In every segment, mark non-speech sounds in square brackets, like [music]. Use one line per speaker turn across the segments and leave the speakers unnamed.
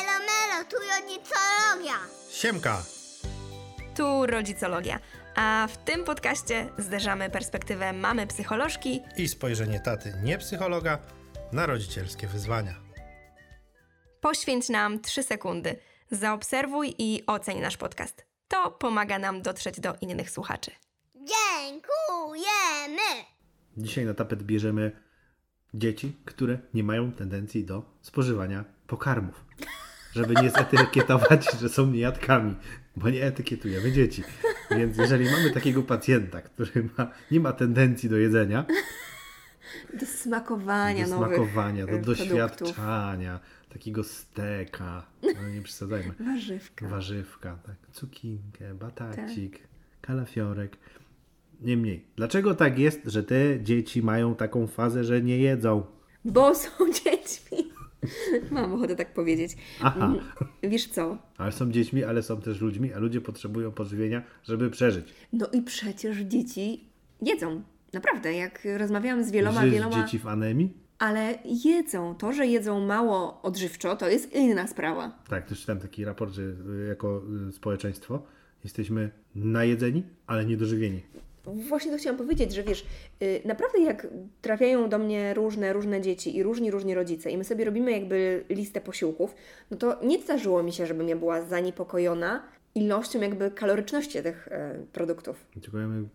tu rodzicologia.
Siemka,
Tu rodzicologia. A w tym podcaście zderzamy perspektywę mamy psycholożki.
i spojrzenie taty nie psychologa na rodzicielskie wyzwania.
Poświęć nam 3 sekundy. Zaobserwuj i oceń nasz podcast. To pomaga nam dotrzeć do innych słuchaczy.
Dziękujemy.
Dzisiaj na tapet bierzemy dzieci, które nie mają tendencji do spożywania pokarmów. Żeby nie zetykietować, [laughs] że są niejadkami, bo nie etykietujemy dzieci. Więc jeżeli mamy takiego pacjenta, który ma, nie ma tendencji do jedzenia,
Do smakowania
do smakowania,
e,
do doświadczania, takiego steka, no nie przesadzajmy,
Warzywka.
warzywka, tak, cukinkę, batacik,
Tak.
kalafiorek. Niemniej, dlaczego tak jest, że te dzieci mają taką fazę, że nie jedzą?
Bo są [laughs] dziećmi. Mam ochotę tak powiedzieć. Mm,
Aha,
Wiesz co?
ale są dziećmi, ale są też ludźmi, a ludzie potrzebują pożywienia, żeby przeżyć.
No i przecież dzieci jedzą. Naprawdę, jak rozmawiałam z wieloma,
Żyć
wieloma...
dzieci w anemii?
Ale jedzą. To, że jedzą mało odżywczo, to jest inna sprawa.
Tak, też czytałem taki raport, że y, jako y, społeczeństwo jesteśmy najedzeni, ale niedożywieni.
Właśnie to chciałam powiedzieć, że wiesz, y, naprawdę jak trafiają do mnie różne, różne dzieci i różni, różni rodzice i my sobie robimy jakby listę posiłków, no to nie zdarzyło mi się, żebym ja była zaniepokojona ilością jakby kaloryczności tych y, produktów.
Dziękujemy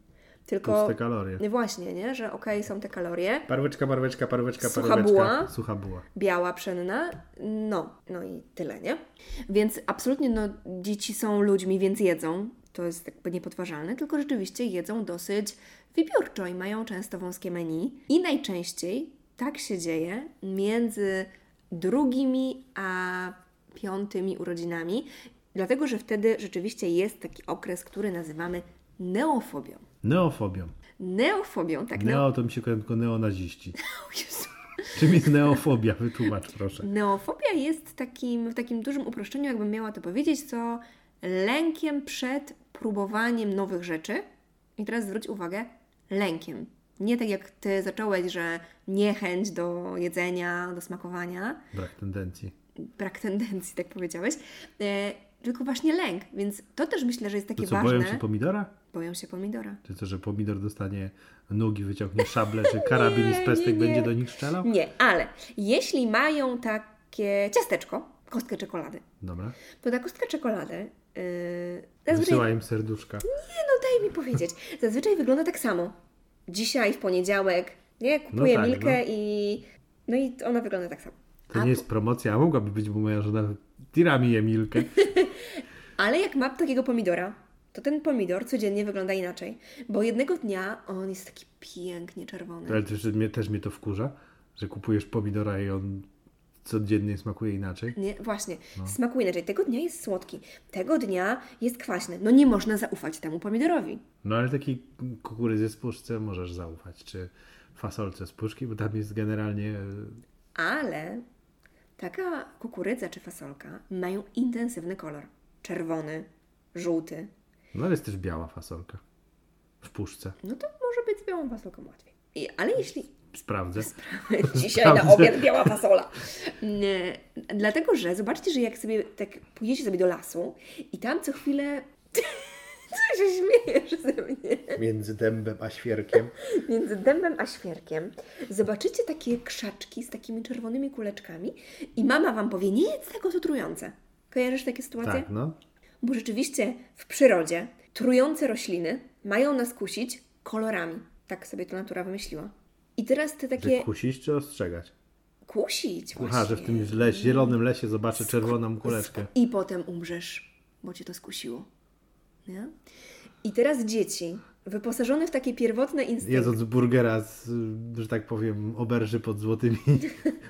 Tylko...
puste kalorie.
No Właśnie, nie? Że okej, są te kalorie,
Parweczka, parweczka, parweczka,
Sucha
parweczka.
buła.
Sucha buła.
biała pszenna, no, no i tyle, nie? Więc absolutnie, no, dzieci są ludźmi, więc jedzą. To jest jakby niepodważalne, tylko rzeczywiście jedzą dosyć wybiórczo i mają często wąskie menu. I najczęściej tak się dzieje między drugimi a piątymi urodzinami, dlatego że wtedy rzeczywiście jest taki okres, który nazywamy neofobią.
Neofobią.
Neofobią, tak?
Neo to mi się kojarzy tylko neonaziści.
[laughs] O Jezu.
Czym jest neofobia? Wytłumacz proszę.
Neofobia jest takim, w takim dużym uproszczeniu, jakbym miała to powiedzieć, co lękiem przed próbowaniem nowych rzeczy. I teraz zwróć uwagę, lękiem. Nie tak jak ty zacząłeś, że niechęć do jedzenia, do smakowania,
Brak tendencji.
brak tendencji, tak powiedziałeś, e, tylko właśnie lęk. Więc to też myślę, że jest
To
takie
co,
ważne.
boją się pomidora?
boją się pomidora.
Czy to, że pomidor dostanie nogi, wyciągnie szable, czy karabin
Nie,
i z pestek
nie, nie.
będzie do nich strzelał?
Nie, ale jeśli mają takie ciasteczko, kostkę czekolady,
Dobra.
to ta kostka czekolady. Yy, zazwyczaj
Wysyła im serduszka.
no, daj mi powiedzieć. Zazwyczaj wygląda tak samo. Dzisiaj w poniedziałek, nie? Kupuję
tak,
Milkę i. No i ona wygląda tak samo.
To
A
nie jest promocja, a mogłaby być, bo moja żona tirami je
[laughs]
milkę.
Ale jak ma takiego pomidora, to ten pomidor codziennie wygląda inaczej. Bo jednego dnia on jest taki pięknie czerwony.
Ale też mnie, też mnie to wkurza, że kupujesz pomidora i on codziennie smakuje inaczej.
Nie, właśnie,
No.
smakuje inaczej. Tego dnia jest słodki, tego dnia jest kwaśny. No nie można zaufać temu pomidorowi.
No ale takiej kukurydzy z puszce możesz zaufać, czy fasolce z puszki, bo tam jest generalnie... e,
Ale taka kukurydza czy fasolka mają intensywny kolor. Czerwony, żółty,
No ale jest też biała fasolka w puszce.
No to może być z białą fasolką łatwiej. I, ale jeśli [laughs]
Sprawdzę.
dzisiaj na
Sprawdzę.
obiad biała fasola. Nie, dlatego, że zobaczcie, że jak sobie tak pójdziecie sobie do lasu i tam co chwilę... [laughs] Co się śmiejesz ze mnie?
Między dębem a
[laughs]
świerkiem.
Między dębem a świerkiem zobaczycie takie krzaczki z takimi czerwonymi kuleczkami i mama Wam powie, nie jedz tego, to trujące. Kojarzysz takie sytuacje?
Tak, no.
Bo rzeczywiście w przyrodzie trujące rośliny mają nas kusić kolorami. Tak sobie to natura wymyśliła. I teraz
Że
te takie
kusić czy ostrzegać?
kusić właśnie.
Aha, że w tym leś, zielonym lesie zobaczę czerwoną kuleczkę.
I potem umrzesz, bo cię to skusiło. Nie? I teraz dzieci, wyposażone w takie pierwotne instynkty,
Jedząc burgera z, y, że tak powiem, oberży pod
[laughs]
złotymi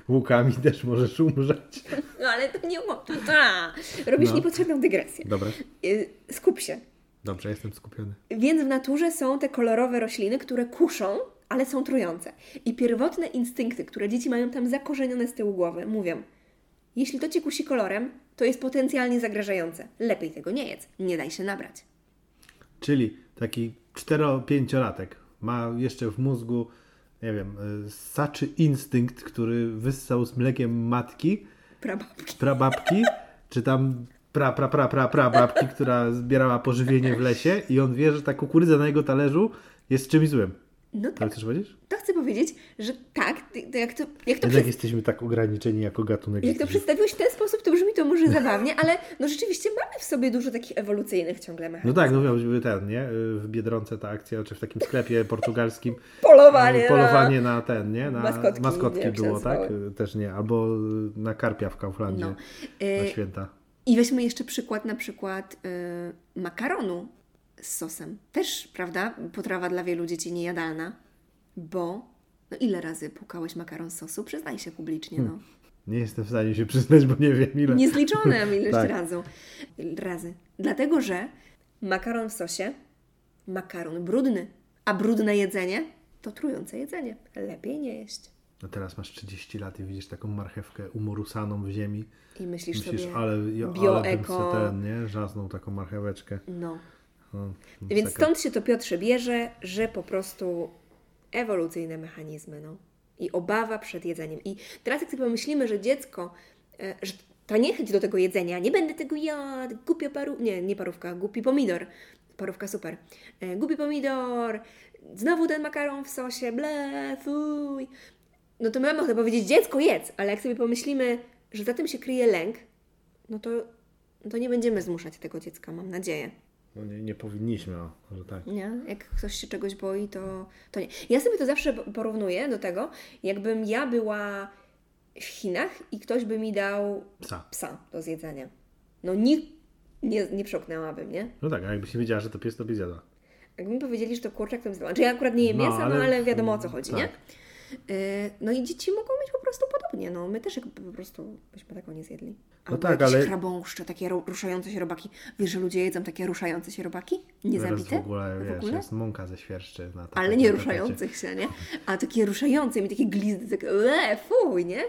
łukami też możesz umrzeć.
no ale to nie mo- to, ta. robisz
No.
niepotrzebną dygresję.
Dobra,
Y, Skup się.
dobrze, jestem skupiony.
Więc w naturze są te kolorowe rośliny, które kuszą, ale są trujące. I pierwotne instynkty, które dzieci mają tam zakorzenione z tyłu głowy, mówią: Jeśli to cię kusi kolorem, to jest potencjalnie zagrażające. Lepiej tego nie jedz, nie daj się nabrać.
Czyli taki 4-5-latek ma jeszcze w mózgu, nie wiem, y, saczy instynkt, który wyssał z mlekiem matki,
Prababki.
prababki czy tam pra, pra, pra, pra, pra babki, która zbierała pożywienie w lesie i on wie, że ta kukurydza na jego talerzu jest czymś złym.
No
To
tak,
chcesz powiedzieć?
to chcę powiedzieć, że tak, ty- to jak to, jak to,
Jednak
przed,
jesteśmy tak ograniczeni jako gatunek.
jak to
że-
przedstawiłeś w ten sposób, to brzmi to może zabawnie, ale no rzeczywiście mamy w sobie dużo takich ewolucyjnych ciągle
No
mechanizmów.
tak, no miałby ten, nie? Y, W Biedronce ta akcja, czy w takim sklepie portugalskim
Polowanie,
y,
na-
polowanie na ten, nie? Na
maskotki, nie wiem, jak się
było, tak?
nazywały.
Y, Też nie. Albo y, na karpia w Kauflandzie
No.
na
Y,
święta.
I weźmy jeszcze przykład, na przykład y, makaronu z sosem. Też, prawda, potrawa dla wielu dzieci niejadalna, bo no ile razy pukałeś makaron z sosu? Przyznaj się publicznie, no.
Hmm. Nie jestem w stanie się przyznać, bo nie wiem ile. [laughs]
Niezliczone ilość
Tak.
razy. razy. Dlatego, że makaron w sosie, makaron brudny, a brudne jedzenie to trujące jedzenie. Lepiej nie jeść.
No teraz masz 30 lat i widzisz taką marchewkę umorusaną w ziemi.
I myślisz,
Myślisz,
sobie,
ale, jo,
bio,
ale bym
eko.
se ten, nie? Żaznął taką marcheweczkę.
no.
No,
Więc
taka-
stąd się to Piotrze bierze, że po prostu ewolucyjne mechanizmy, no. I obawa przed jedzeniem. I teraz jak sobie pomyślimy, że dziecko, e, że ta niechęć do tego jedzenia, nie będę tego jadł, głupio paru... Nie, nie parówka, głupi pomidor. Parówka super. E, Głupi pomidor, znowu ten makaron w sosie, ble, fuj. No to my mamy ochotę powiedzieć, dziecko jedz, ale jak sobie pomyślimy, że za tym się kryje lęk, no to, no to nie będziemy zmuszać tego dziecka, mam nadzieję.
No nie, nie powinniśmy, o, może tak.
Nie? Jak ktoś się czegoś boi, to, to nie. Ja sobie to zawsze porównuję do tego, jakbym ja była w Chinach i ktoś by mi dał
Psa.
psa do zjedzenia. No nie, nie, nie przełknęłabym, nie?
No tak, a jakbyś nie wiedziała, że to pies, to by zjadła.
Jakby mi powiedzieli, że to kurczak, to bym zjadła. Znaczy ja akurat nie jem
No,
mięsa,
ale-
no ale wiadomo o co chodzi,
tak.
nie? Y, No i dzieci mogą mieć po prostu podobnie, no my też jakby po prostu byśmy tego nie zjedli. Albo
tak,
jakieś
ale-
chrabąszcze, takie ru- ruszające się robaki. Wiesz, że ludzie jedzą takie ruszające się robaki? Niezabite?
Teraz w ogóle, wiesz,
w ogóle?
jest mąka ze świerszczy na tapecie,
Ale nie
na tapecie.
ruszających się, nie? A takie ruszające mi takie glizdy, takie le, fuj, nie?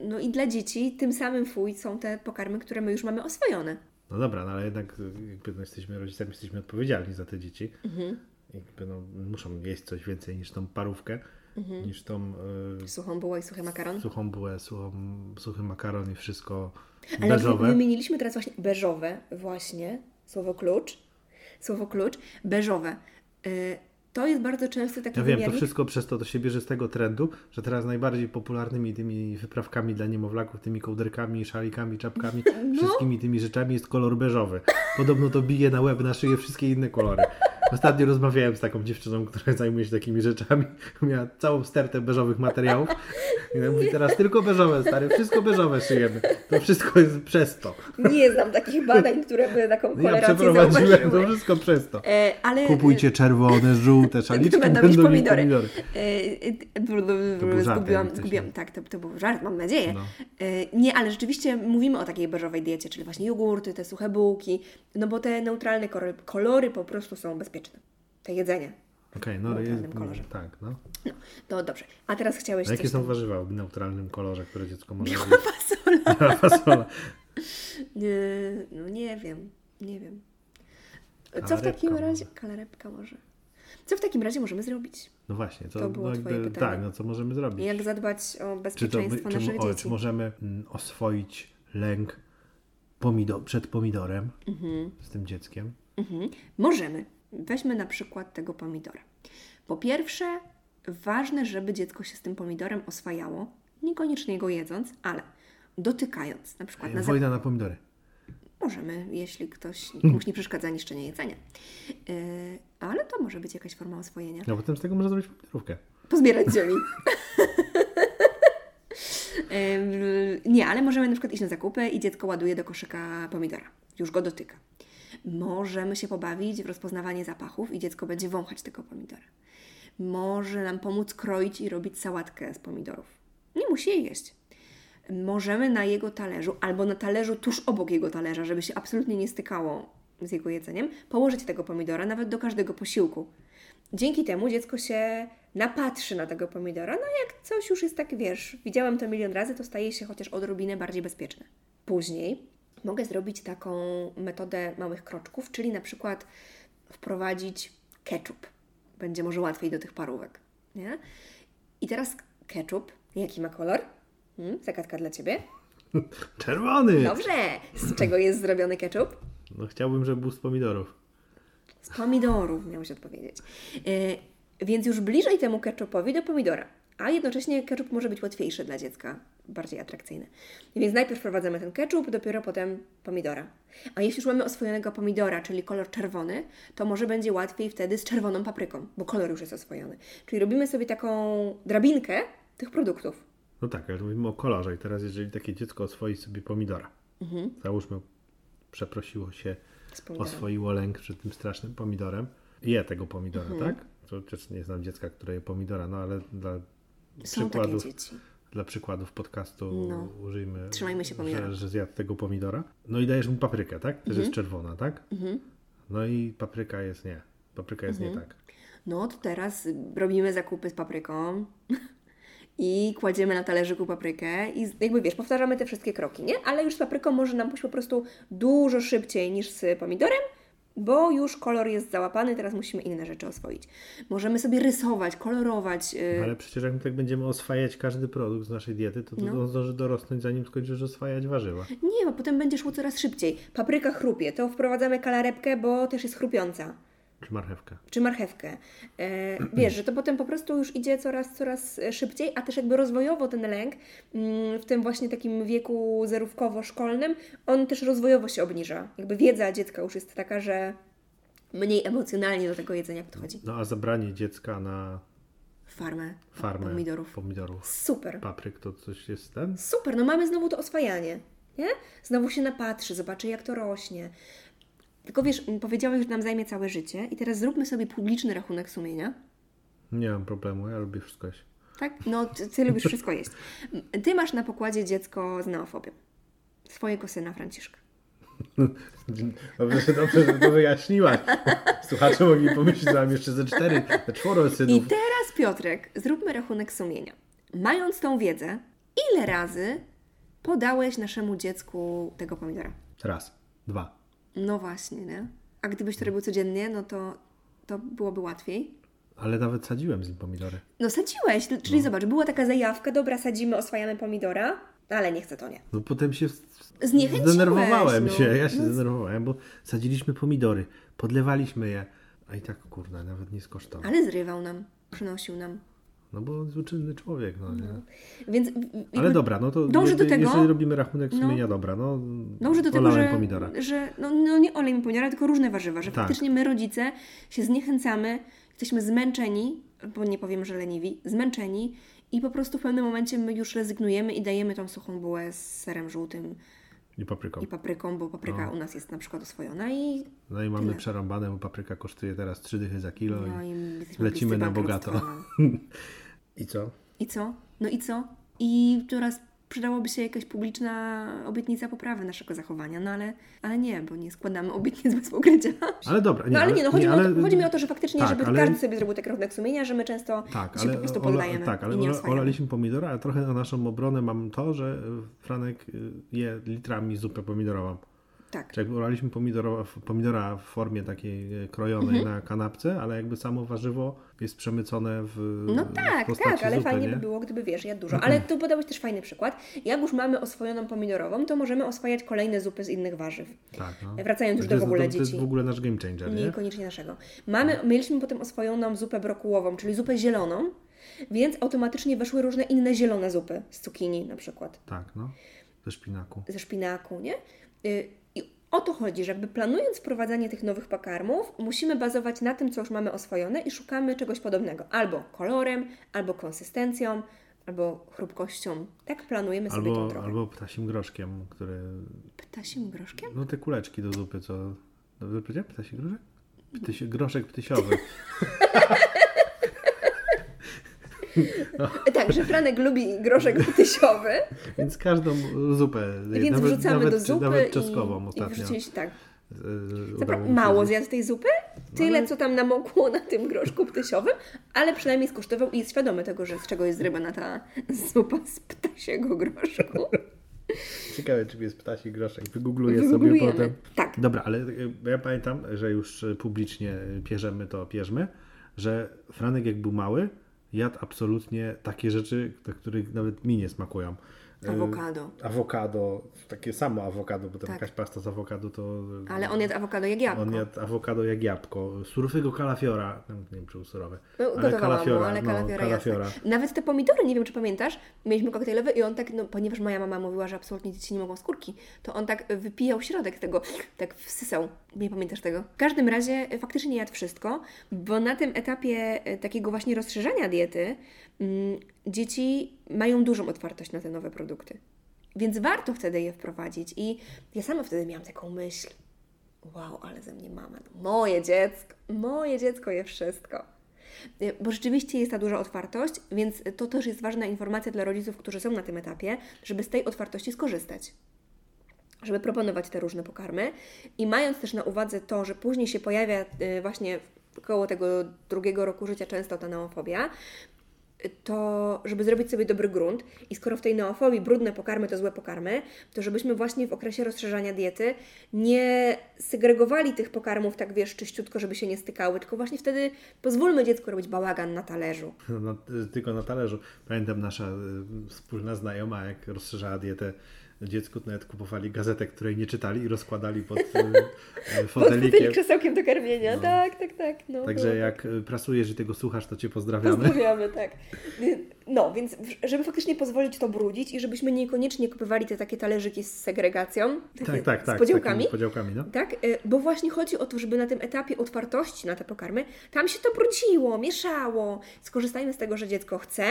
No i dla dzieci tym samym fuj są te pokarmy, które my już mamy oswojone.
No dobra, no ale jednak y, jakby no, jesteśmy rodzicami, jesteśmy odpowiedzialni za te dzieci.
Mhm.
Jakby no, muszą jeść coś więcej niż tą parówkę,
Mhm.
niż tą
Suchą bułę i suchy
y,
makaron.
suchą bułę, suchą, suchy makaron i wszystko
Ale
beżowe.
wymieniliśmy teraz właśnie beżowe, właśnie, słowo klucz. Słowo klucz, beżowe. Y, to jest bardzo często taki
Ja wiem, to
wymiarnik-
wszystko przez to, to się bierze z tego trendu, że teraz najbardziej popularnymi tymi wyprawkami dla niemowlaków, tymi kołderkami, szalikami, czapkami, wszystkimi tymi rzeczami jest kolor beżowy. Podobno to bije na łeb, na szyję wszystkie inne kolory. Ostatnio rozmawiałem z taką dziewczyną, która zajmuje się takimi rzeczami. Miała całą stertę beżowych materiałów. I ona mówi, teraz tylko beżowe, stary, wszystko beżowe szyjemy. To wszystko jest przez to.
Nie znam takich badań, które by taką
No [laughs] Ja
kolerację
przeprowadziłem to
zauważyły.
wszystko przez to.
E, ale...
Kupujcie czerwone,
[laughs]
żółte, szaliczki,
będą
będą
mieć
mieć
pomidory.
pomidory.
E, e, e, blu, blu, blu,
To był żart,
Zgubiłam,
jakby coś,
zgubiłam,
nie?
tak, to, to był żart, mam nadzieję.
No.
E, Nie, ale rzeczywiście mówimy o takiej beżowej diecie, czyli właśnie jogurty, te suche bułki, no bo te neutralne kolory, kolory po prostu są bezpieczne. Te jedzenie.
Okej, no
W
ale jest,
neutralnym kolorze.
tak, no.
No, to dobrze. A teraz chciałeś
A
coś...
jakie są
tam-
warzywa w neutralnym kolorze, które dziecko może
Biała
zjeść? [laughs]
fasola.
Biała fasola.
Nie, No nie wiem, nie wiem. Co w
Kalarepka
takim
może.
razie... Kalarepka może. Co w takim razie możemy zrobić?
No właśnie, to,
To było
no
twoje
jakby,
pytanie.
tak, no co możemy zrobić?
Jak zadbać o
Czy, to, my-
bezpieczeństwo
czy,
naszych
o,
dzieci?
czy możemy mm, oswoić lęk pomido, przed pomidorem z tym dzieckiem?
Mhm. Możemy. Weźmy na przykład tego pomidora. Po pierwsze, ważne, żeby dziecko się z tym pomidorem oswajało, niekoniecznie go jedząc, ale dotykając. Na przykład na
E, Wojna na pomidory.
możemy, jeśli ktoś komuś nie przeszkadza niszczenie jedzenia. Yy, ale to może być jakaś forma oswojenia.
No potem z tego można zrobić pomidorówkę.
Pozbierać ziemi. [laughs] Em, Nie, ale możemy na przykład iść na zakupy i dziecko ładuje do koszyka pomidora. Już go dotyka. Możemy się pobawić w rozpoznawanie zapachów i dziecko będzie wąchać tego pomidora. Może nam pomóc kroić i robić sałatkę z pomidorów. Nie musi jej jeść. Możemy na jego talerzu albo na talerzu tuż obok jego talerza, żeby się absolutnie nie stykało z jego jedzeniem, położyć tego pomidora nawet do każdego posiłku. Dzięki temu dziecko się napatrzy na tego pomidora. No jak coś już jest tak, wiesz, widziałam to milion razy, to staje się chociaż odrobinę bardziej bezpieczne. Później mogę zrobić taką metodę małych kroczków, czyli na przykład wprowadzić ketchup. Będzie może łatwiej do tych parówek. Nie? I teraz ketchup. Jaki ma kolor? Hmm, zagadka dla Ciebie.
Czerwony!
Dobrze! Z czego jest zrobiony ketchup?
No chciałbym, żeby był z pomidorów.
Z pomidorów, miałeś odpowiedzieć. E, więc już bliżej temu ketchupowi do pomidora. A jednocześnie ketchup może być łatwiejszy dla dziecka, bardziej atrakcyjny. Więc najpierw wprowadzamy ten ketchup, dopiero potem pomidora. A jeśli już mamy oswojonego pomidora, czyli kolor czerwony, to może będzie łatwiej wtedy z czerwoną papryką, bo kolor już jest oswojony. Czyli robimy sobie taką drabinkę tych produktów.
No tak, ale mówimy o kolorze i teraz jeżeli takie dziecko oswoi sobie pomidora, załóżmy przeprosiło się,
Mhm. Z pomidorem.
oswoiło lęk przed tym strasznym pomidorem, je tego pomidora, tak? To też nie znam dziecka, które je pomidora, no ale dla
Mhm. Są takie
przykładów
dzieci.
dla przykładów podcastu
No.
użyjmy,
Trzymajmy się pomidora.
Że, że zjadł tego pomidora. No i dajesz mu paprykę, tak? Też
Mhm.
jest czerwona, tak? No i papryka jest nie. Papryka jest nie tak.
No to teraz robimy zakupy z papryką [laughs] i kładziemy na talerzyku paprykę i z- jakby wiesz, powtarzamy te wszystkie kroki, nie? Ale już z papryką może nam pójść po prostu dużo szybciej niż z pomidorem, bo już kolor jest załapany, teraz musimy inne rzeczy oswoić. Możemy sobie rysować, kolorować. Yy,
Ale przecież jak my tak będziemy oswajać każdy produkt z naszej diety, to, to
No.
on zdąży dorosnąć, zanim skończysz oswajać warzywa.
Nie, bo potem będzie szło coraz szybciej. Papryka chrupie, to wprowadzamy kalarepkę, bo też jest chrupiąca.
Czy marchewkę.
czy marchewkę. E, wiesz, że to potem po prostu już idzie coraz, coraz szybciej, a też jakby rozwojowo ten lęk mm, w tym właśnie takim wieku zerówkowo-szkolnym, on też rozwojowo się obniża. Jakby wiedza dziecka już jest taka, że mniej emocjonalnie do tego jedzenia podchodzi.
No a zabranie dziecka na
Farmę,
farmę
pomidorów.
pomidorów
Super.
papryk to coś jest ten?
Super, no mamy znowu to oswajanie, nie? Znowu się napatrzy, zobaczy jak to rośnie. Tylko wiesz, powiedziałeś, że nam zajmie całe życie i teraz zróbmy sobie publiczny rachunek sumienia.
Nie mam problemu, ja lubię wszystko jeść. [laughs]
Tak? No, ty, ty lubisz wszystko jeść. M, Ty masz na pokładzie dziecko z neofobią. Swojego syna Franciszka.
Dobrze, że- dobrze, że to
[laughs]
wyjaśniłaś. Słuchacze mogli pomyśleć, że mam jeszcze ze cztery, ze czworo
I
synów.
teraz, Piotrek, zróbmy rachunek sumienia. Mając tą wiedzę, ile razy podałeś naszemu dziecku tego pomidora?
Raz, dwa.
No właśnie, nie? A gdybyś to robił codziennie, no to, to byłoby łatwiej.
Ale nawet sadziłem z nim pomidory.
No sadziłeś, l- czyli zobacz, była taka zajawka, dobra, sadzimy, oswajamy pomidora, ale nie chcę to nie.
No potem się z-
Zniechęciłeś,
zdenerwowałem
no.
się, ja się
No.
zdenerwowałem, bo sadziliśmy pomidory, podlewaliśmy je, a i tak kurna, nawet nie skosztował.
Ale zrywał nam, przynosił nam.
No bo uczynny człowiek, no nie.
Więc w- w-
Ale dobra, no to
Dąży do
jeżeli-
tego-
jeżeli robimy rachunek
no.
sumienia, dobra, no
Dąży do tego,
polałem
że,
pomidora.
że no, no nie olej mi pomidora, tylko różne warzywa, że
Tak.
faktycznie my rodzice się zniechęcamy, jesteśmy zmęczeni, bo nie powiem, że leniwi, zmęczeni i po prostu w pewnym momencie my już rezygnujemy i dajemy tą suchą bułę z serem żółtym
I papryką.
i papryką, bo papryka u nas jest na przykład oswojona i,
No i mamy przerąbane, bo papryka kosztuje teraz 3 dychy za kilo
no, i
i...
jesteśmy
lecimy
bliscy
na bogato.
bankructwa, no.
I co?
I co? No i co? I teraz przydałoby się jakaś publiczna obietnica poprawy naszego zachowania, no ale, ale nie, bo nie składamy obietnic bez pokrycia.
Ale dobra, nie,
No ale nie, no chodzi,
nie,
mi,
ale-
o to, chodzi mi o to, że faktycznie,
tak,
żeby
ale-
każdy sobie zrobił tak rachunek sumienia, że my często
Tak,
się
ale,
po prostu
ola,
poddajemy
tak, ale
i nie
ola,
oswajamy.
olaliśmy pomidora, a trochę na naszą obronę mam to, że y, Franek y, je litrami zupę pomidorową.
Tak,
Czy jakby olaliśmy pomidora, pomidora w formie takiej y, krojonej
Mhm.
na kanapce, ale jakby samo warzywo jest przemycone w
no
w
tak,
postaci
tak, ale
zupy,
fajnie
nie?
by było, gdyby wiesz, jadł dużo. Ale tu podałeś też fajny przykład. Jak już mamy oswojoną pomidorową, to możemy oswajać kolejne zupy z innych warzyw.
Tak, no.
Wracając już
To
do
jest-
w ogóle
to, to jest
dzieci.
w ogóle nasz game changer, nie? Tak.
Niekoniecznie naszego. Mamy, mieliśmy potem oswojoną zupę brokułową, czyli zupę zieloną, więc automatycznie weszły różne inne zielone zupy z cukinii na przykład.
Tak, no. Ze szpinaku.
ze szpinaku, nie? Y, I o to chodzi, że jakby planując wprowadzanie tych nowych pokarmów, musimy bazować na tym, co już mamy oswojone i szukamy czegoś podobnego. Albo kolorem, albo konsystencją, albo chrupkością. Tak planujemy sobie tą
Albo,
drogę.
albo ptasim groszkiem, który...
Ptasim groszkiem?
No te kuleczki do zupy, co... Dobrze powiedziałem? Ptasi groszek? Ptysi, groszek ptysiowy.
Także E, tak, Franek lubi groszek
[laughs]
tysiowy,
Więc każdą zupę,
więc
nawet,
wrzucamy
nawet,
do zupy
nawet
i-
czosnkową
i,
ostatnio.
wrzuciliśmy, tak.
yy,
Zapra-
udało mi się
mało
zjeść.
zjadł tej zupy, tyle co tam namokło na tym groszku ptysiowym, ale przynajmniej skosztował i jest świadomy tego, że z czego jest zrobiona ta zupa z
[laughs]
ptasiego groszku.
Ciekawe, czy jest ptasi groszek. Wygoogluję sobie
Wygooglujemy.
potem.
Tak.
Dobra, ale y, ja pamiętam, że już y, publicznie y, pierzemy to pierzmy, że Franek jak był mały, jadł absolutnie takie rzeczy, do których nawet mi nie smakują. y,
Awokado.
awokado, takie samo awokado, bo tam
Tak.
jakaś pasta z awokado to... y,
Ale on jadł awokado jak jabłko.
On jadł awokado jak jabłko, surowego kalafiora, tam nie wiem czy był surowy,
No, gotowałam mu, ale kalafiora,
no,
no,
kalafiora. [laughs]
Jasne. Nawet te pomidory, nie wiem czy pamiętasz, mieliśmy koktajlowe i on tak, no ponieważ moja mama mówiła, że absolutnie dzieci nie mogą skórki, to on tak wypijał środek tego, tak wsysał. Nie pamiętasz tego. W każdym razie e, faktycznie jadł wszystko, bo na tym etapie e, takiego właśnie rozszerzania diety mm, dzieci mają dużą otwartość na te nowe produkty. Więc warto wtedy je wprowadzić i ja sama wtedy miałam taką myśl. Wow, ale ze mnie mama. No, moje dziecko, moje dziecko je wszystko. Y, Bo rzeczywiście jest ta duża otwartość, więc to też jest ważna informacja dla rodziców, którzy są na tym etapie, żeby z tej otwartości skorzystać. Żeby proponować te różne pokarmy i mając też na uwadze to, że później się pojawia y, właśnie koło tego drugiego roku życia często ta neofobia, to żeby zrobić sobie dobry grunt i skoro w tej neofobii brudne pokarmy to złe pokarmy, to żebyśmy właśnie w okresie rozszerzania diety nie segregowali tych pokarmów tak wiesz czyściutko, żeby się nie stykały, tylko właśnie wtedy pozwólmy dziecku robić bałagan na talerzu.
No, na, tylko na talerzu. Pamiętam nasza y, wspólna znajoma, jak rozszerzała dietę dziecku, to nawet kupowali gazetę, której nie czytali i rozkładali
[laughs]
pod y, y,
Pod fotelik
fotelikiem.
krzesełkiem do karmienia, tak, tak, tak. No,
Także
było
jak y, prasujesz i tego słuchasz, to cię pozdrawiamy.
Pozdrawiamy, tak. No, więc żeby faktycznie pozwolić to brudzić i żebyśmy niekoniecznie kupowali te takie talerzyki z segregacją,
[laughs]
takie
Tak, tak, tak.
z podziałkami,
takimi podziałkami no.
tak, y, bo właśnie chodzi o to, żeby na tym etapie otwartości na te pokarmy, tam się to brudziło, mieszało. Skorzystajmy z tego, że dziecko chce,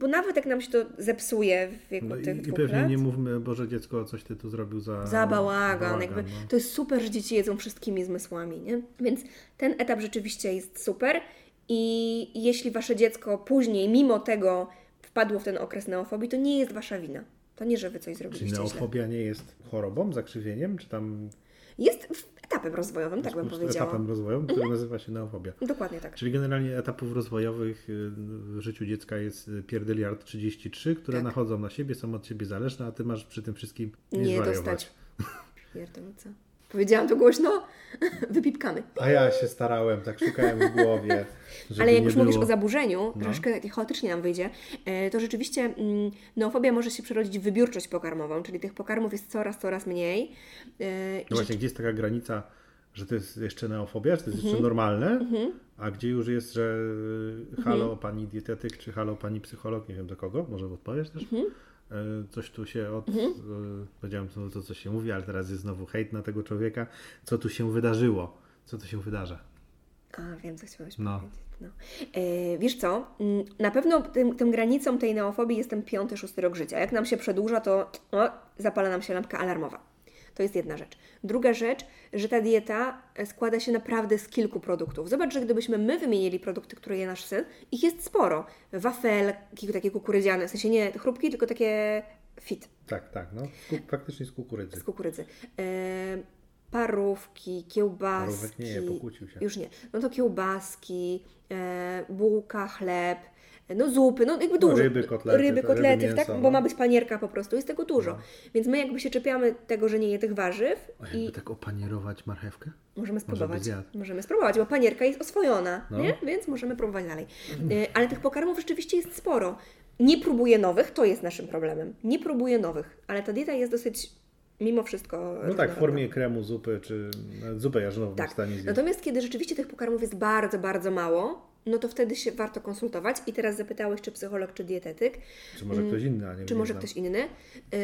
bo nawet jak nam się to zepsuje w wieku
No
tych
i, I
dwóch
pewnie
lat,
nie mówmy, Boże dziecko, coś ty tu zrobił za,
za bałagan, jakby
no.
to jest super, że dzieci jedzą wszystkimi zmysłami, nie? Więc ten etap rzeczywiście jest super i jeśli wasze dziecko później, mimo tego wpadło w ten okres neofobii, to nie jest wasza wina. To nie, że wy coś
Czy
zrobiliście źle.
neofobia nie jest chorobą, zakrzywieniem, czy tam
Jest w- etapem rozwojowym, tak bym powiedziała.
etapem rozwojowym, który nazywa się neofobia?
Dokładnie tak.
Czyli generalnie etapów rozwojowych y, w życiu dziecka jest y, pierdyliard 33, które
Tak.
nachodzą na siebie, są od siebie zależne, a ty masz przy tym wszystkim nie,
Nie
zwariować.
dostać. Pierdolca. Powiedziałam to głośno, [laughs] wypipkamy.
A ja się starałem, tak szukałem w
[laughs]
głowie. Żeby
Ale jak
nie
już
było.
mówisz o zaburzeniu,
No.
troszeczkę tak chaotycznie nam wyjdzie, e, to rzeczywiście mm, neofobia może się przerodzić w wybiórczość pokarmową, czyli tych pokarmów jest coraz, coraz mniej. E, i
No właśnie, gdzie jest taka granica, że to jest jeszcze neofobia, że to jest
Mhm.
jeszcze normalne, a gdzie już jest, że y, halo
Mhm.
pani dietetyk, czy halo pani psycholog, nie wiem do kogo, może odpowiesz też?
Mhm.
Y, Coś tu się od. y, Powiedziałem znowu to, co się mówi, ale teraz jest znowu hejt na tego człowieka. Co tu się wydarzyło? Co tu się wydarza?
A, wiem, co chciałeś
No.
powiedzieć. No. E, wiesz co, mm, na pewno tym, tym granicą tej neofobii jest ten piąty, szósty rok życia. Jak nam się przedłuża, to o, zapala nam się lampka alarmowa. To jest jedna rzecz. Druga rzecz, że ta dieta e, składa się naprawdę z kilku produktów. Zobacz, że gdybyśmy my wymienili produkty, które je nasz syn, ich jest sporo. Wafelki takie kukurydziane, w sensie nie chrupki, tylko takie fit
Tak, tak, no. Z ku- Faktycznie z kukurydzy.
z kukurydzy. E, parówki, kiełbaski.
Parówek nie je, pokłócił się.
Już nie. No to kiełbaski, e, bułka, chleb, no zupy, no jakby dużo.
ryby, kotlety,
Ryby,
to
kotlety,
ryby, mięso,
tak?
no.
Bo ma być panierka po prostu, jest tego dużo. Więc my jakby się czepiamy tego, że nie je tych warzyw
O, jakby
i
tak opanierować marchewkę?
możemy spróbować.
być zjadł.
możemy spróbować, bo panierka jest oswojona,
No. Mhm.
nie? Więc możemy próbować dalej. E, ale tych pokarmów rzeczywiście jest sporo. Nie próbuję nowych, to jest naszym problemem. Nie próbuję nowych, ale ta dieta jest dosyć mimo wszystko.
No tak,
różnorodna.
w formie kremu, zupy, czy nawet zupę jarzynową w
E, Tak.
stanie zjeść.
Natomiast kiedy rzeczywiście tych pokarmów jest bardzo, bardzo mało, no to wtedy się warto konsultować. I teraz zapytałeś, czy psycholog, czy dietetyk,
Czy może ktoś inny, a nie
mm, czy
nie
może
znam.
ktoś inny. Yy,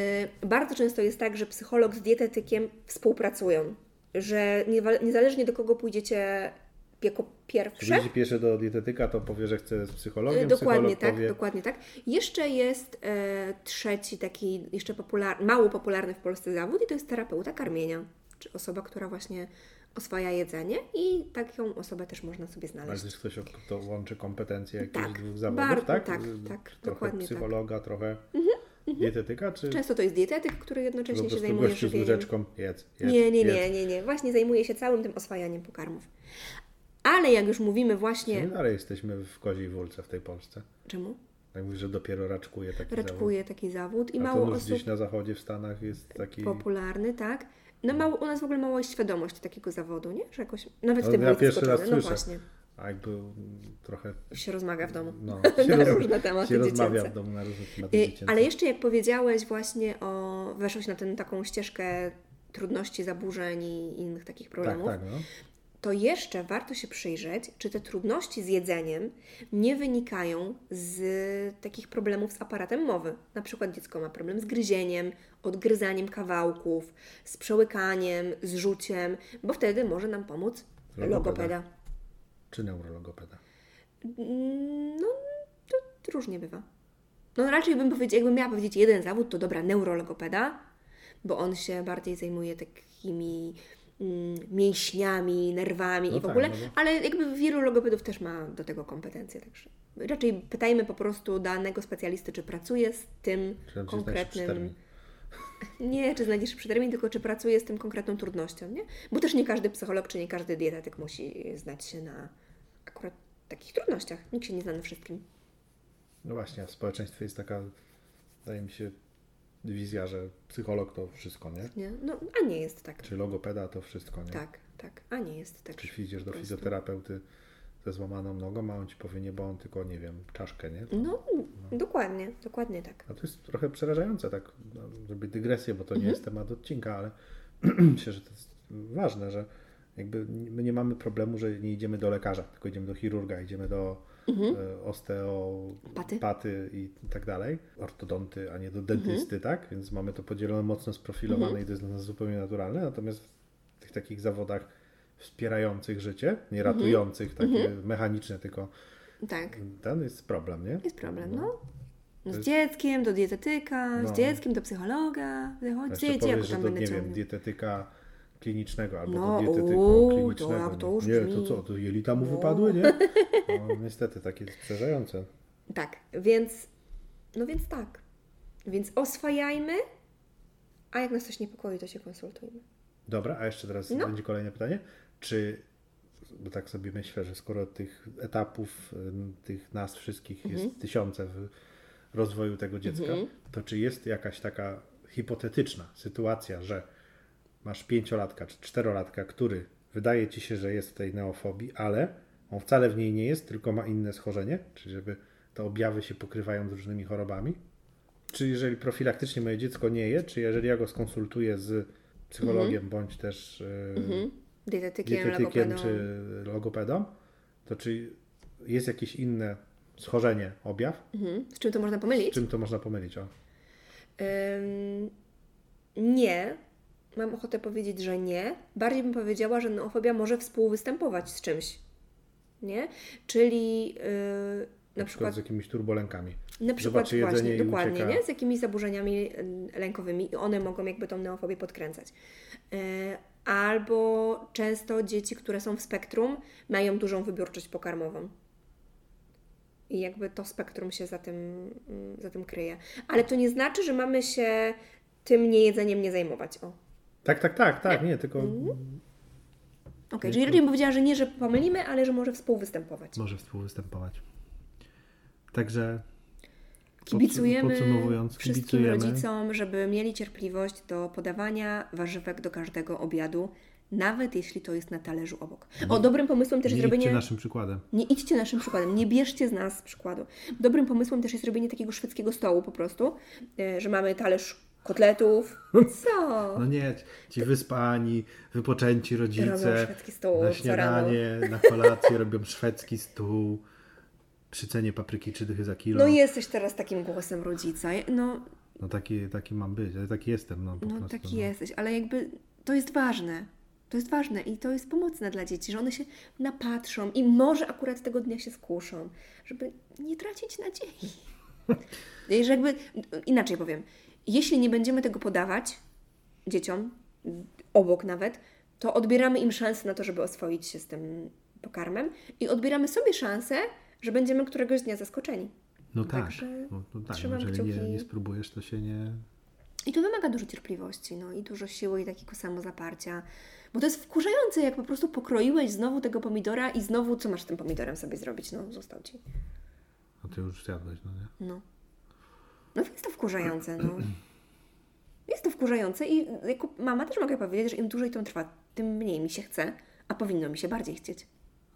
bardzo często jest tak, że psycholog z dietetykiem współpracują, że niewa- niezależnie do kogo pójdziecie jako pierwsze,
Jeśli pisze do dietetyka, to powie, że chce z psychologiem.
Dokładnie
psycholog
tak,
powie,
dokładnie tak. Jeszcze jest e, trzeci taki jeszcze popular, mało popularny w Polsce zawód i to jest terapeuta karmienia, czy osoba, która właśnie oswaja jedzenie i taką osobę też można sobie
Ale
znaleźć.
też ktoś, kto łączy kompetencje jakichś
Tak,
dwóch zawodów,
bardzo,
tak?
tak,
Z-
tak,
trochę
dokładnie
psychologa, trochę dietetyka, czy
Często to jest dietetyk, który
po
jednocześnie się
prostu
zajmuje
gościu z
żywieniem.
łyżeczką, jedz, jedz,
Nie, nie,
jedz.
nie, nie, nie. Właśnie zajmuje się całym tym oswajaniem pokarmów. Ale jak już mówimy właśnie...
My dalej No, jesteśmy w koziej wólce w tej Polsce.
Czemu?
Tak mówisz, że dopiero raczkuje taki zawód.
Raczkuje taki zawód i
A
mało
to już
osób...
gdzieś na zachodzie, w Stanach jest taki...
popularny, tak? No mało, u nas w ogóle mała jest świadomość takiego zawodu, nie? Że jakoś, nawet ty
ja
byłeś
pierwszy raz
zaskoczony. No
słyszę.
właśnie.
A jakby mm, trochę
Się rozmawia w domu.
no,
[laughs] na
roz-
różne tematy
się rozmawia
dziecięce.
w domu na różne tematy
Y,
dziecięce.
Ale jeszcze jak powiedziałeś właśnie o... Weszłeś na tę taką ścieżkę trudności, zaburzeń i innych takich
tak,
problemów.
tak, no.
to jeszcze warto się przyjrzeć, czy te trudności z jedzeniem nie wynikają z takich problemów z aparatem mowy. Na przykład dziecko ma problem z gryzieniem, odgryzaniem kawałków, z przełykaniem, z rzuciem, bo wtedy może nam pomóc logopeda.
Logopeda. Czy neurologopeda.
Mm, No, to różnie bywa. No raczej bym powiedziała, jakbym miała powiedzieć jeden zawód, to dobra, neurologopeda, bo on się bardziej zajmuje takimi mm, mięśniami, nerwami
No
i w
tak,
ogóle,
no bo-
ale jakby wielu logopedów też ma do tego kompetencje, także raczej pytajmy po prostu danego specjalisty, czy pracuje z tym
Czy tam się znasz
konkretnym...
termin.
[laughs] Nie, czy znajdziesz przy termin, tylko czy pracuje z tym konkretną trudnością, nie? Bo też nie każdy psycholog, czy nie każdy dietetyk musi znać się na akurat takich trudnościach. Nikt się nie zna na wszystkim.
No właśnie, a w społeczeństwie jest taka, wydaje mi się, wizja, że psycholog to wszystko, nie?
Nie? No, a nie jest tak.
Czy logopeda to wszystko, nie?
Tak, tak, a nie jest tak.
Czy idziesz do
Po prostu.
fizjoterapeuty ze złamaną nogą, a on ci powie nie, bo on tylko, nie wiem, czaszkę, nie? To-
No, dokładnie, dokładnie tak.
A to jest trochę przerażające, tak no, zrobię dygresję, bo to
Mhm.
nie jest temat odcinka, ale [clears throat] myślę, że to jest ważne, że jakby my nie mamy problemu, że nie idziemy do lekarza, tylko idziemy do chirurga, idziemy do e, osteopaty
Mhm. Paty. Mhm.
i tak dalej, ortodonty, a nie do dentysty, tak? Więc mamy to podzielone mocno sprofilowane i to jest dla nas zupełnie naturalne, natomiast w tych takich zawodach wspierających życie,
Mhm.
nie ratujących, takie mechaniczne, tylko
Tak,
ten jest problem, nie?
jest problem,
No.
no. No
To
z
jest-
dzieckiem do dietetyka,
No.
z dzieckiem do psychologa, chodź
Jeszcze
dzieci, ja
powiesz, że
potem
to,
będę
nie wiem,
ciągnął.
dietetyka klinicznego albo
No,
do dietetyka
uuu, to-
klinicznego.
to już
nie,
brzmi-
to co, to jelita mu
No.
wypadły,
[laughs]
nie? No, niestety, takie jest przerażające.
Tak, więc, no więc tak. Więc oswajajmy, a jak nas coś niepokoi, to się konsultujmy.
Dobra, a jeszcze teraz
No.
będzie kolejne pytanie. Czy, bo tak sobie myślę, że skoro tych etapów, ym, tych nas wszystkich jest tysiące w rozwoju tego dziecka, to czy jest jakaś taka hipotetyczna sytuacja, że masz pięciolatka czy czterolatka, który wydaje ci się, że jest w tej neofobii, ale on wcale w niej nie jest, tylko ma inne schorzenie, czy żeby te objawy się pokrywają z różnymi chorobami? Czy jeżeli profilaktycznie moje dziecko nie je, czy jeżeli ja go skonsultuję z psychologiem bądź też y,
Mhm. Dietetykiem,
dietetykiem
logopedą.
czy logopedą, to czy jest jakieś inne schorzenie, objaw?
Mhm. Z czym to można pomylić?
Czym to można pomylić? O.
Ym, nie. Mam ochotę powiedzieć, że nie. Bardziej bym powiedziała, że neofobia może współwystępować z czymś. Nie? Czyli yy, na
Na przykład
przykład
z jakimiś turbolenkami.
na przykład
Zobaczy jedzenie
właśnie,
i
dokładnie,
ucieka.
nie? Z jakimiś zaburzeniami y, lękowymi i one mogą jakby tą neofobię podkręcać. Y, Albo często dzieci, które są w spektrum, mają dużą wybiórczość pokarmową. I jakby to spektrum się za tym, mm, za tym kryje. Ale to nie znaczy, że mamy się tym niejedzeniem nie zajmować. O.
Tak, tak, tak, tak, nie, tylko
Mhm. Okej, czyli raczej bym powiedziała, że nie, że pomylimy, ale że może współwystępować.
może współwystępować. Także
Kibicujemy
Podsumowując,
wszystkim
kibicujemy.
rodzicom, żeby mieli cierpliwość do podawania warzywek do każdego obiadu, nawet jeśli to jest na talerzu obok. O, dobrym pomysłem też
nie
jest zrobienie...
idźcie naszym przykładem.
Nie idźcie naszym przykładem, nie bierzcie z nas przykładu. Dobrym pomysłem też jest robienie takiego szwedzkiego stołu po prostu, e, że mamy talerz
[laughs]
kotletów. Co?
No nie, ci wyspani, wypoczęci
Robią
rodzice
szwedzki stół
na
co
śniadanie, na kolację robią szwedzki stół przy cenie papryki czy dychy za kilo.
No jesteś teraz takim głosem rodzica. No,
No taki, taki mam być, ale taki jestem. No, po
No
prostu,
taki jesteś, ale jakby to jest ważne. To jest ważne i to jest pomocne dla dzieci, że one się napatrzą i może akurat tego dnia się skuszą, żeby nie tracić
[laughs]
nadziei. I że jakby, inaczej powiem, jeśli nie będziemy tego podawać dzieciom, obok nawet, to odbieramy im szansę na to, żeby oswoić się z tym pokarmem i odbieramy sobie szansę, że będziemy któregoś dnia zaskoczeni.
No tak,
Także
no, no tak
trzymam
jeżeli nie,
kciuki.
nie spróbujesz, to się nie...
I to wymaga dużo cierpliwości, no i dużo siły i takiego samozaparcia. Bo to jest wkurzające, jak po prostu pokroiłeś znowu tego pomidora i znowu co masz z tym pomidorem sobie zrobić? No, został ci.
No ty już zjadłeś, no nie?
No. No jest to wkurzające, no. [clears throat] Jest to wkurzające i y, jako mama też mogę powiedzieć, że im dłużej to trwa, tym mniej mi się chce, a powinno mi się bardziej chcieć.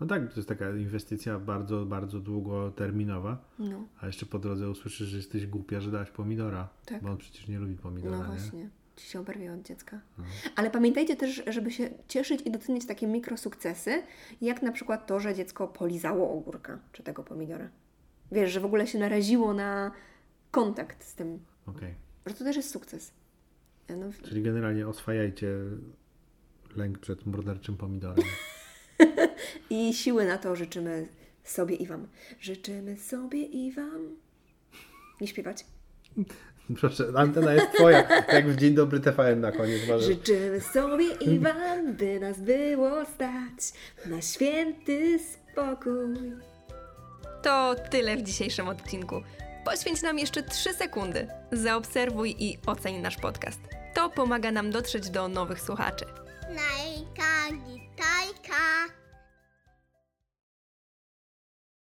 No tak, to jest taka inwestycja bardzo, bardzo długoterminowa,
No,
a jeszcze po drodze usłyszysz, że jesteś głupia, że dałaś pomidora,
Tak.
bo on przecież nie lubi pomidora,
no
nie?
właśnie. Ci się oberwie od dziecka. Ale pamiętajcie też, żeby się cieszyć i doceniać takie mikrosukcesy, jak na przykład to, że dziecko polizało ogórka czy tego pomidora. Wiesz, że w ogóle się naraziło na kontakt z tym,
Okej.
że to też jest sukces. No,
Czyli generalnie oswajajcie lęk przed morderczym pomidorem. [laughs]
I siły na to życzymy sobie i Wam. Życzymy sobie i Wam. Nie śpiewać.
Proszę, antena jest twoja, jak w Dzień Dobry TVN na koniec. Możesz.
Życzymy sobie i Wam, by nas było stać na święty spokój. To tyle w dzisiejszym odcinku. Poświęć nam jeszcze 3 sekundy. Zaobserwuj i oceń nasz podcast. To pomaga nam dotrzeć do nowych słuchaczy.
Najka, gitajka.